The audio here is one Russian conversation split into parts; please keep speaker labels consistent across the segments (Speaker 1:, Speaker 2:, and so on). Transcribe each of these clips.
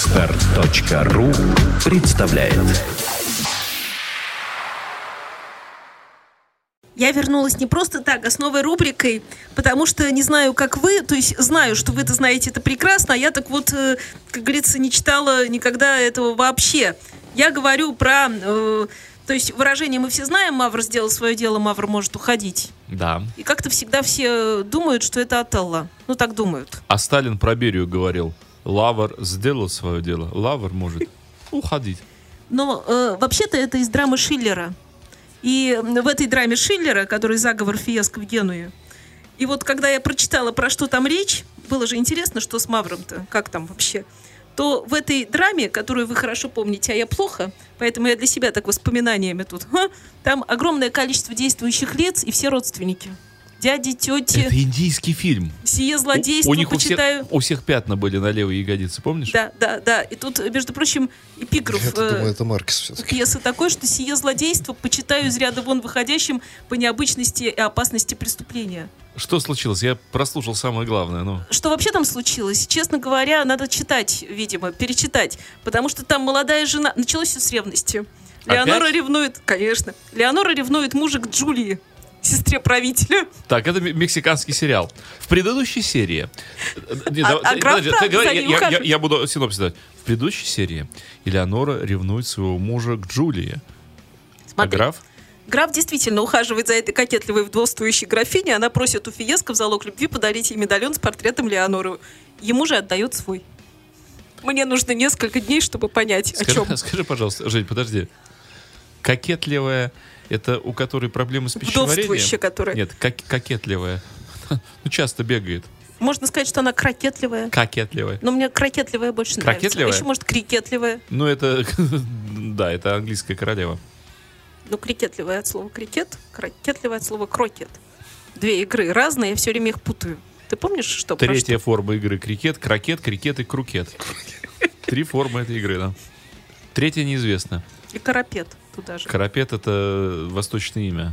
Speaker 1: Отстар.ру представляет
Speaker 2: Я вернулась не просто так, а с новой рубрикой, потому что не знаю, как вы, то есть знаю, что вы это знаете, это прекрасно, а я так вот, э, как говорится, не читала никогда этого вообще. Я говорю про, э, то есть выражение мы все знаем, Мавр сделал свое дело, Мавр может уходить.
Speaker 3: Да.
Speaker 2: И как-то всегда все э, думают, что это от Алла. Ну, так думают.
Speaker 3: А Сталин про Берию говорил. Лавр сделал свое дело. Лавр может уходить.
Speaker 2: Но э, вообще-то это из драмы Шиллера. И в этой драме Шиллера, который заговор фиаско в Генуе, и вот когда я прочитала, про что там речь, было же интересно, что с Мавром-то, как там вообще, то в этой драме, которую вы хорошо помните, а я плохо, поэтому я для себя так воспоминаниями тут, ха, там огромное количество действующих лиц и все родственники. Дяди, тети,
Speaker 3: Это индийский фильм.
Speaker 2: сие
Speaker 3: у
Speaker 2: злодейство,
Speaker 3: них у всех,
Speaker 2: ну, почитаю.
Speaker 3: у всех пятна были на левой ягодице, помнишь?
Speaker 2: Да, да, да. И тут, между прочим, эпиграф.
Speaker 4: Я
Speaker 2: э,
Speaker 4: думаю, это Маркес все-таки.
Speaker 2: пьесы такой, что сие злодейство почитаю из ряда вон выходящим по необычности и опасности преступления.
Speaker 3: Что случилось? Я прослушал самое главное. Ну,
Speaker 2: Что вообще там случилось? Честно говоря, надо читать, видимо, перечитать, потому что там молодая жена... Началось все с ревности.
Speaker 3: Опять?
Speaker 2: Леонора ревнует, конечно, Леонора ревнует мужа к Джулии, сестре правителя.
Speaker 3: Так, это ме- мексиканский сериал. В предыдущей серии... Э, не,
Speaker 2: А-
Speaker 3: давай-
Speaker 2: а
Speaker 3: ты-
Speaker 2: граф
Speaker 3: подожди, ты
Speaker 2: правда
Speaker 3: говори,
Speaker 2: за ней
Speaker 3: я- я-
Speaker 2: ухаживает?
Speaker 3: Я буду синопсис давать. В предыдущей серии Элеонора ревнует своего мужа к Джулии. А
Speaker 2: Смотри,
Speaker 3: граф?
Speaker 2: Граф действительно ухаживает за этой кокетливой вдовствующей графиней. Она просит у Фиеско в залог любви подарить ей медальон с портретом Леоноры. Ему же отдает свой. Мне нужно несколько дней, чтобы понять, о чем.
Speaker 3: Скажи, скажи, пожалуйста, Жень, подожди. Кокетливая, это у которой проблемы с
Speaker 2: Вдовствующая,
Speaker 3: пищеварением?
Speaker 2: которая.
Speaker 3: Нет, кок- кокетливая. Ну, часто бегает.
Speaker 2: Можно сказать, что она крокетливая.
Speaker 3: Кокетливая.
Speaker 2: Но мне крокетливая больше нравится.
Speaker 3: Крокетливая?
Speaker 2: А еще, может, крикетливая.
Speaker 3: Ну, это... Да, это английская королева.
Speaker 2: Ну, крикетливая от слова крикет, крокетливая от слова крокет. Две игры разные, я все время их путаю. Ты помнишь, А что? про
Speaker 3: Третья форма игры крикет, крокет, крикет и крукет. Три формы этой игры, да. Третья неизвестна.
Speaker 2: что? И карапет туда же.
Speaker 3: Карапет это восточное имя.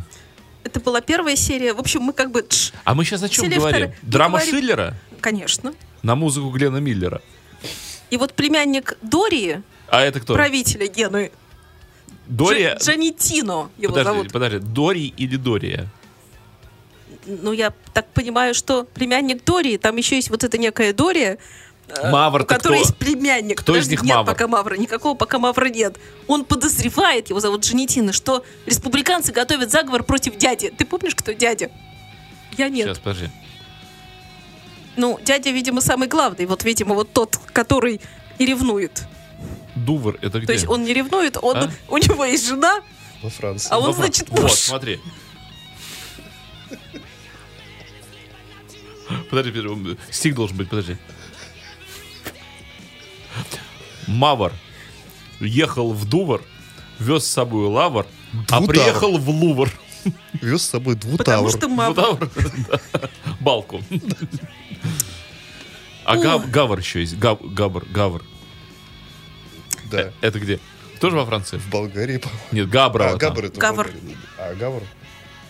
Speaker 2: Это была первая серия. В общем, мы как бы... тш,
Speaker 3: А мы сейчас о чем
Speaker 2: Серия
Speaker 3: говорим?
Speaker 2: вторая. Мы
Speaker 3: Драма
Speaker 2: говорим-
Speaker 3: Шиллера
Speaker 2: конечно.
Speaker 3: на музыку Глена Миллера.
Speaker 2: И вот племянник Дории,
Speaker 3: А это кто?
Speaker 2: правителя Генуи,
Speaker 3: Дория.
Speaker 2: Дж- Джанеттино его
Speaker 3: подожди,
Speaker 2: зовут.
Speaker 3: подожди. Дори или Дория?
Speaker 2: Ну, я так понимаю, что племянник Дории, там еще есть вот эта некая Дория, э,
Speaker 3: Мавр-то
Speaker 2: у которой
Speaker 3: кто?
Speaker 2: есть племянник.
Speaker 3: Кто из
Speaker 2: Подожди,
Speaker 3: них
Speaker 2: нет
Speaker 3: Мавр?
Speaker 2: пока Мавра, никакого пока Мавра нет. Он подозревает, его зовут Джанетина, что республиканцы готовят заговор против дяди. Ты помнишь, кто дядя? Я нет.
Speaker 3: Сейчас, подожди.
Speaker 2: Ну, дядя, видимо, самый главный. Вот, видимо, вот тот, который и ревнует.
Speaker 3: Дувр это где?
Speaker 2: То есть он не ревнует, он,
Speaker 3: А?
Speaker 2: у него есть жена,
Speaker 4: Во Франции.
Speaker 2: а он,
Speaker 3: Во Фран-
Speaker 2: значит,
Speaker 3: Вот,
Speaker 2: муж.
Speaker 3: смотри. Подожди, подожди, стих должен быть, подожди. Мавр ехал в Дувр, вез с собой лавр, а
Speaker 4: Двутавр.
Speaker 3: приехал в Лувр.
Speaker 4: Вез с собой
Speaker 2: потому
Speaker 4: двутавр.
Speaker 2: что Мавр.
Speaker 3: Двутавр, да. Балку. А гав- Гавр еще есть. Гав- Гавр, Гавр.
Speaker 4: Да.
Speaker 3: Это где? Тоже во Франции?
Speaker 4: В Болгарии, по-моему.
Speaker 3: Нет, Габра.
Speaker 4: А,
Speaker 3: там.
Speaker 4: Габр это в
Speaker 2: Гавр.
Speaker 4: Болгарии. А, Гавр?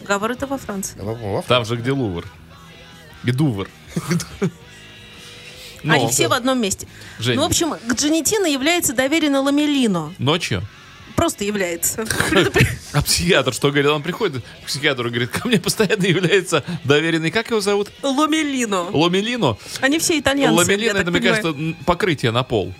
Speaker 2: Гавр это во Франции.
Speaker 4: А, по-моему, во Франции.
Speaker 3: Там же, где Лувр. И Дувр.
Speaker 2: Они
Speaker 3: Но,
Speaker 2: все в одном месте.
Speaker 3: Жень.
Speaker 2: Ну, в общем, к Джанетино является доверено Ламелино.
Speaker 3: Ночью?
Speaker 2: Просто является. Предупр-
Speaker 3: А психиатр что говорит? Он приходит к психиатру и говорит, ко мне постоянно является доверенный, как его зовут?
Speaker 2: Ламелино.
Speaker 3: Ломелино.
Speaker 2: Они все итальянцы. я
Speaker 3: Ломелино,
Speaker 2: так
Speaker 3: это, мне
Speaker 2: понимаю.
Speaker 3: кажется, м, покрытие на пол.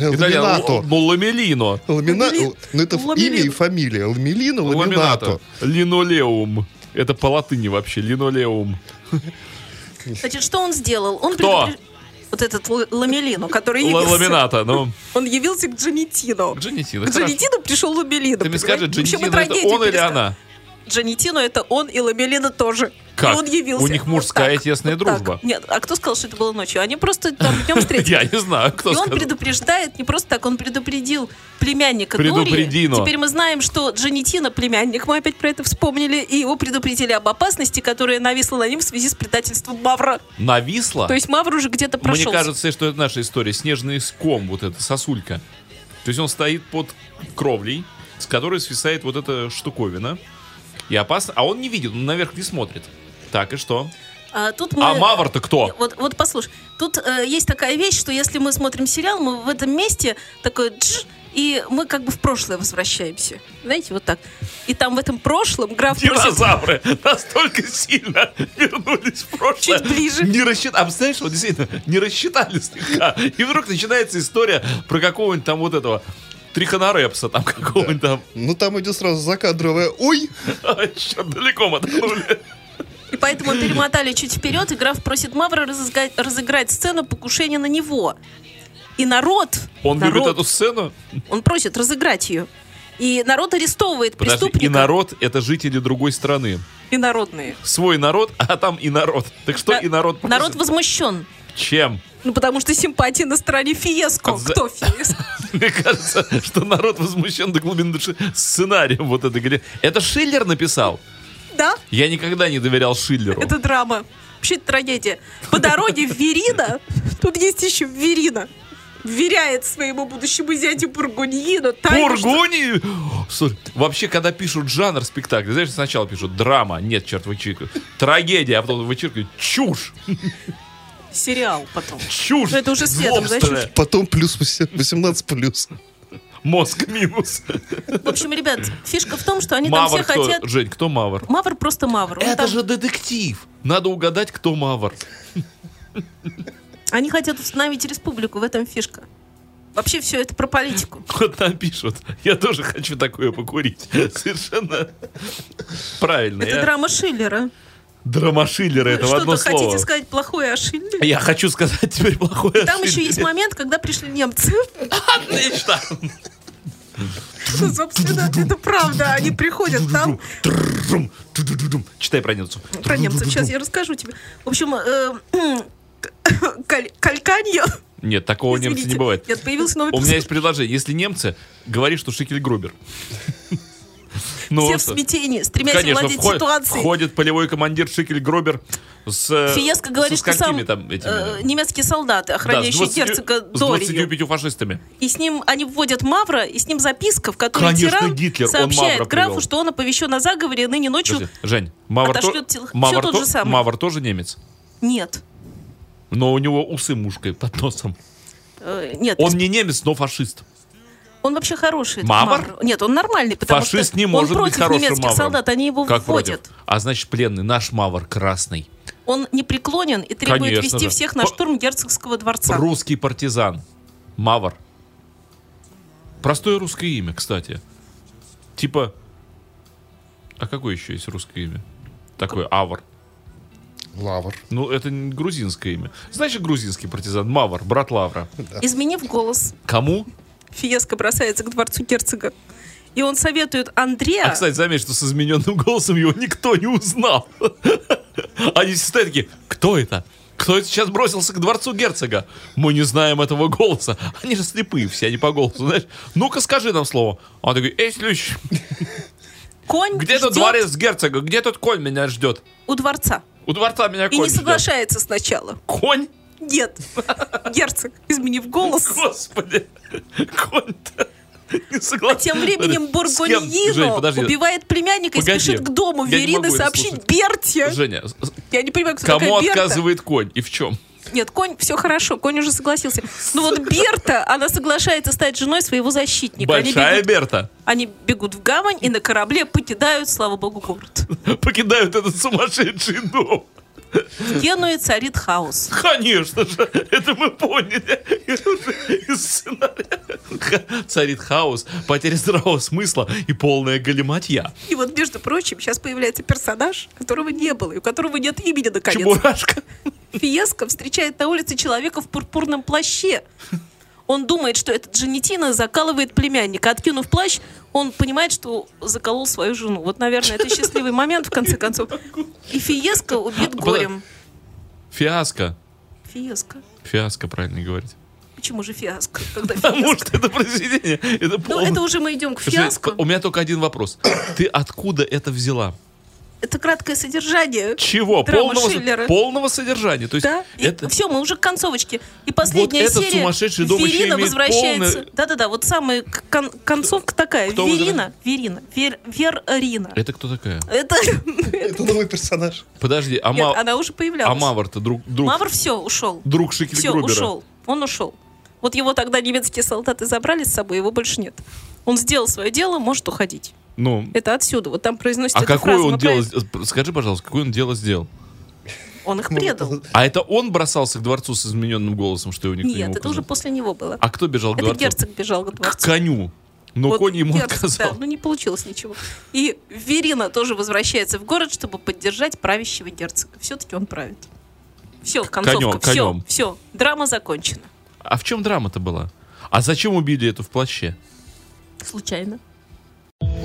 Speaker 4: Ламинато.
Speaker 3: Итальян- л- Ну, ламелино.
Speaker 4: Ламина...
Speaker 2: Ламели-
Speaker 4: л- Ну, это в-
Speaker 2: ламелин.
Speaker 4: имя и фамилия. Ламелина, ламинато.
Speaker 3: Линолеум. Это по латыни вообще, линолеум.
Speaker 2: Значит, что он сделал? Он
Speaker 3: Кто?
Speaker 2: предупр- Вот этот л- Ламелино, который
Speaker 3: Л-
Speaker 2: явился.
Speaker 3: Ламината, ну.
Speaker 2: Он явился к Джанетино.
Speaker 3: К Джанетино,
Speaker 2: К
Speaker 3: хорошо.
Speaker 2: Джанетино пришел Ламелино.
Speaker 3: Ты мне скажи,
Speaker 2: понимаешь? В общем, и
Speaker 3: Джанетина, это
Speaker 2: трагедию
Speaker 3: он или
Speaker 2: перестали.
Speaker 3: она?
Speaker 2: Джанетино это он и Ламелина тоже.
Speaker 3: Как?
Speaker 2: И он явился.
Speaker 3: У них
Speaker 2: Вот
Speaker 3: мужская
Speaker 2: так,
Speaker 3: тесная
Speaker 2: вот так.
Speaker 3: дружба.
Speaker 2: Нет, а кто сказал, что это было ночью? Они просто там днем встретились.
Speaker 3: Я не знаю, кто
Speaker 2: И он
Speaker 3: сказал.
Speaker 2: предупреждает, не просто так, он предупредил племянника Дори.
Speaker 3: Предупреди, но.
Speaker 2: Теперь мы знаем, что Джанетина племянник, мы опять про это вспомнили, и его предупредили об опасности, которая нависла на ним в связи с предательством Мавра.
Speaker 3: Нависла?
Speaker 2: То есть Мавр уже где-то прошел.
Speaker 3: Мне кажется, что это наша история. Снежный ском, вот эта сосулька. То есть он стоит под кровлей, с которой свисает вот эта штуковина. И опасно. А он не видит, он наверх не смотрит. Так, и что?
Speaker 2: А тут мы...
Speaker 3: А Мавр-то кто?
Speaker 2: Вот, вот послушай, тут э, есть такая вещь, что если мы смотрим сериал, мы в этом месте такой джж, и мы как бы в прошлое возвращаемся. Знаете, вот так. И там в этом прошлом граф просит-
Speaker 3: Динозавры настолько сильно вернулись в прошлое.
Speaker 2: Чуть ближе.
Speaker 3: Не рассчитали. А представляешь, вот действительно, не рассчитали слегка. И вдруг начинается история про какого-нибудь там вот этого Трихонорепса, там какого-нибудь там.
Speaker 4: Ну там идет сразу закадровая «Ой!»
Speaker 3: А, Черт, далеко мы отплыли.
Speaker 2: И поэтому перемотали чуть вперед, и граф просит Мавра разыграть, разыграть сцену покушения на него. И народ,
Speaker 3: Он любит
Speaker 2: народ-
Speaker 3: эту сцену.
Speaker 2: он просит разыграть ее. И народ арестовывает
Speaker 3: Подожди,
Speaker 2: преступника.
Speaker 3: и народ — это жители другой страны.
Speaker 2: И народные.
Speaker 3: Свой народ, а там и народ. Так что
Speaker 2: Да,
Speaker 3: и народ просит?
Speaker 2: Народ возмущен.
Speaker 3: Чем?
Speaker 2: Ну, потому что симпатии на стороне Фиеско.
Speaker 3: А За-
Speaker 2: Кто Фиеско?
Speaker 3: Мне кажется, что народ возмущен до глубины души сценарием вот этой игры. Это Шиллер написал?
Speaker 2: Да?
Speaker 3: Я никогда не доверял Шиллеру.
Speaker 2: Это драма. Вообще это трагедия. По дороге в Верина, тут есть еще Верина, вверяет своему будущему зятю Бургуньину тайну, что-
Speaker 3: Бургуни! Слушай, вообще, когда пишут жанр спектакля, знаешь, сначала пишут драма, нет, черт вычеркивают, трагедия, а потом вычеркивают чушь,
Speaker 2: Сериал потом.
Speaker 3: чушь.
Speaker 2: Ну, это уже следом, да,
Speaker 3: злобственная.
Speaker 4: Потом плюс 18 плюс.
Speaker 3: Мозг минус.
Speaker 2: В общем, ребят, фишка в том, что они там
Speaker 3: Мавр
Speaker 2: все
Speaker 3: кто?
Speaker 2: хотят...
Speaker 3: Жень, кто Мавр?
Speaker 2: Мавр просто Мавр. Он
Speaker 3: Это
Speaker 2: Ну, там-
Speaker 3: же детектив. Надо угадать, кто Мавр.
Speaker 2: Они хотят установить республику, в этом фишка. Вообще все это про политику.
Speaker 3: Вот нам пишут. Я тоже хочу такое покурить. Совершенно правильно.
Speaker 2: Это
Speaker 3: я-
Speaker 2: драма Шиллера.
Speaker 3: Драмашиллеры, это в одно
Speaker 2: Что-то хотите
Speaker 3: слово.
Speaker 2: сказать плохое о Шиллере?
Speaker 3: Я хочу сказать теперь плохое.
Speaker 2: Там еще есть
Speaker 3: осуждение.
Speaker 2: момент, когда пришли немцы.
Speaker 3: Отлично.
Speaker 2: Ну, Собственно, это правда. Они приходят там,
Speaker 3: Трум, ту-ду-ду-дум. Читай про немцев.
Speaker 2: про немцев. Сейчас я расскажу тебе. В общем, э, м, каль- кальканье.
Speaker 3: Нет, такого немца
Speaker 2: Извините.
Speaker 3: не бывает.
Speaker 2: Нет, появился новый
Speaker 3: У меня
Speaker 2: персонаж.
Speaker 3: есть предложение. Если немцы, говори, что Шикель Грубер. Ну,
Speaker 2: Все в
Speaker 3: что?
Speaker 2: смятении, стремясь
Speaker 3: Конечно,
Speaker 2: овладеть
Speaker 3: вход-
Speaker 2: ситуацией.
Speaker 3: входит полевой командир Шикель Грубер с... э,
Speaker 2: Фиеско
Speaker 3: со
Speaker 2: говорит, что
Speaker 3: сколькими
Speaker 2: сам
Speaker 3: там
Speaker 2: э,
Speaker 3: этими...
Speaker 2: немецкие солдаты,
Speaker 3: Да, с
Speaker 2: охраняющие
Speaker 3: 20
Speaker 2: герцога
Speaker 3: С 25
Speaker 2: Долью.
Speaker 3: фашистами.
Speaker 2: И с ним они вводят Мавра, и с ним записка, в которой
Speaker 3: Конечно,
Speaker 2: тиран
Speaker 3: Гитлер, он
Speaker 2: сообщает
Speaker 3: Мавра
Speaker 2: графу,
Speaker 3: привел.
Speaker 2: что он оповещен о заговоре, и ныне ночью...
Speaker 3: Подожди, Жень, Мавр,
Speaker 2: отошлет
Speaker 3: то-
Speaker 2: тело- всё
Speaker 3: Мавр,
Speaker 2: тот
Speaker 3: то-
Speaker 2: же самый.
Speaker 3: Мавр тоже немец?
Speaker 2: Нет.
Speaker 3: Но у него усы мушкой под носом.
Speaker 2: Э, Нет,
Speaker 3: Он не немец, но фашист.
Speaker 2: Он вообще хороший. этот
Speaker 3: Мавр?
Speaker 2: Нет, он нормальный, потому
Speaker 3: Фашист
Speaker 2: что
Speaker 3: не может
Speaker 2: он
Speaker 3: быть
Speaker 2: против
Speaker 3: хорошим
Speaker 2: немецких
Speaker 3: мавром.
Speaker 2: солдат, они его
Speaker 3: Как
Speaker 2: вводят.
Speaker 3: против? А значит, пленный наш Мавр красный.
Speaker 2: Он непреклонен и требует
Speaker 3: Конечно
Speaker 2: вести
Speaker 3: же.
Speaker 2: всех на
Speaker 3: По-
Speaker 2: штурм герцогского дворца.
Speaker 3: Русский партизан. Мавр. Простое русское имя, кстати. Типа... А какое еще есть русское имя? Такое, Авр.
Speaker 4: Лавр.
Speaker 3: Ну, это не грузинское имя. Значит, грузинский партизан. Мавр, брат Лавра.
Speaker 2: Изменив голос,
Speaker 3: Кому?
Speaker 2: Фиеско бросается к дворцу герцога. И он советует Андрея...
Speaker 3: А, кстати, заметь, что с измененным голосом его никто не узнал. Они все стоят такие, кто это? Кто это сейчас бросился к дворцу герцога? Мы не знаем этого голоса. Они же слепые все, они по голосу, знаешь. Ну-ка скажи нам слово. А Он такой, эй, Слющ,
Speaker 2: конь
Speaker 3: где тут
Speaker 2: ждет
Speaker 3: дворец герцога? Где тут конь меня ждет?
Speaker 2: у дворца.
Speaker 3: У дворца меня
Speaker 2: И
Speaker 3: конь
Speaker 2: не соглашается сначала.
Speaker 3: ждет. Конь?
Speaker 2: Нет. Герцог, изменив голос,
Speaker 3: Господи, конь-то не
Speaker 2: а
Speaker 3: согласен.
Speaker 2: тем временем
Speaker 3: С кем? Жень,
Speaker 2: Бургоньино
Speaker 3: подожди.
Speaker 2: убивает племянника и
Speaker 3: Погоди.
Speaker 2: спешит к дому
Speaker 3: Я не
Speaker 2: Верины
Speaker 3: могу это
Speaker 2: сообщить
Speaker 3: слушать.
Speaker 2: Берте.
Speaker 3: Женя, с- с-
Speaker 2: Я не понимаю, кто
Speaker 3: кому
Speaker 2: такая Берта.
Speaker 3: отказывает конь и в чем?
Speaker 2: Нет, конь, все хорошо, конь уже согласился. Но вот Берта, она соглашается стать женой своего защитника. они,
Speaker 3: Большая
Speaker 2: бегут,
Speaker 3: Берта.
Speaker 2: они бегут в гавань и на корабле покидают, слава богу, город.
Speaker 3: покидают этот сумасшедший дом.
Speaker 2: В Генуе царит хаос.
Speaker 3: Конечно же, это мы поняли. Это уже из сценария. Ха- Царит хаос, потеря здравого смысла и полная галиматья.
Speaker 2: И вот, между прочим, сейчас появляется персонаж, которого не было, и у которого нет имени, наконец.
Speaker 3: Чебурашка.
Speaker 2: Фиеско встречает на улице человека в пурпурном плаще. Он думает, что этот Джанетина закалывает племянника. Откинув плащ, он понимает, что заколол свою жену. Вот, наверное, это счастливый момент, в конце концов. И Фиеско убит горем.
Speaker 3: Фиаско.
Speaker 2: Фиеско.
Speaker 3: Фиаско, правильно говорить.
Speaker 2: Почему же фиаско? Когда
Speaker 3: Потому
Speaker 2: фиаско?
Speaker 3: что это произведение. Это
Speaker 2: Ну,
Speaker 3: полное-
Speaker 2: это уже мы идем к
Speaker 3: Жень,
Speaker 2: фиаско.
Speaker 3: У меня только один вопрос. Ты откуда это взяла?
Speaker 2: это краткое содержание.
Speaker 3: Чего?
Speaker 2: Драмы
Speaker 3: Полного,
Speaker 2: Шиллера.
Speaker 3: с- полного содержания. То есть
Speaker 2: Да?
Speaker 3: это...
Speaker 2: Все, мы уже к концовочке. И последняя
Speaker 3: этот
Speaker 2: серия.
Speaker 3: сумасшедший дом еще
Speaker 2: Верина
Speaker 3: имеет
Speaker 2: возвращается.
Speaker 3: полное-
Speaker 2: Да-да-да, вот самая к- кон- концовка такая.
Speaker 3: кто
Speaker 2: Верина, Верина, Вер- Веррина.
Speaker 3: Это кто такая?
Speaker 2: Это...
Speaker 4: Это новый персонаж.
Speaker 3: Подожди, а,
Speaker 2: Нет,
Speaker 3: Ма-
Speaker 2: она уже
Speaker 3: а
Speaker 2: появлялась.
Speaker 3: Мавр-то друг, друг,
Speaker 2: Мавр все, ушел.
Speaker 3: друг Шикель
Speaker 2: Все, ушел. Он ушел. Вот его тогда немецкие солдаты забрали с собой, его больше нет. Он сделал свое дело, может уходить.
Speaker 3: Ну,
Speaker 2: Это отсюда. Вот там произносится
Speaker 3: а
Speaker 2: эта
Speaker 3: какое
Speaker 2: фраза,
Speaker 3: он
Speaker 2: мы
Speaker 3: дело...
Speaker 2: про-
Speaker 3: с- Скажи, пожалуйста, какое он дело сделал?
Speaker 2: Он их предал.
Speaker 3: А это он бросался к дворцу с измененным голосом, что его никто не
Speaker 2: Нет, это
Speaker 3: указал?
Speaker 2: уже после него было.
Speaker 3: А кто бежал к
Speaker 2: Это
Speaker 3: дворцу?
Speaker 2: герцог бежал к
Speaker 3: К
Speaker 2: дворцу.
Speaker 3: коню. Но
Speaker 2: Вот
Speaker 3: конь ему
Speaker 2: герцог,
Speaker 3: отказал.
Speaker 2: Да, ну не получилось ничего. И Верина тоже возвращается в город, чтобы поддержать правящего герцога. Все-таки он правит. Все, концовка.
Speaker 3: конем, конем.
Speaker 2: Все, все. Драма закончена.
Speaker 3: А в чем драма-то была? А зачем убили эту в плаще?
Speaker 2: Случайно.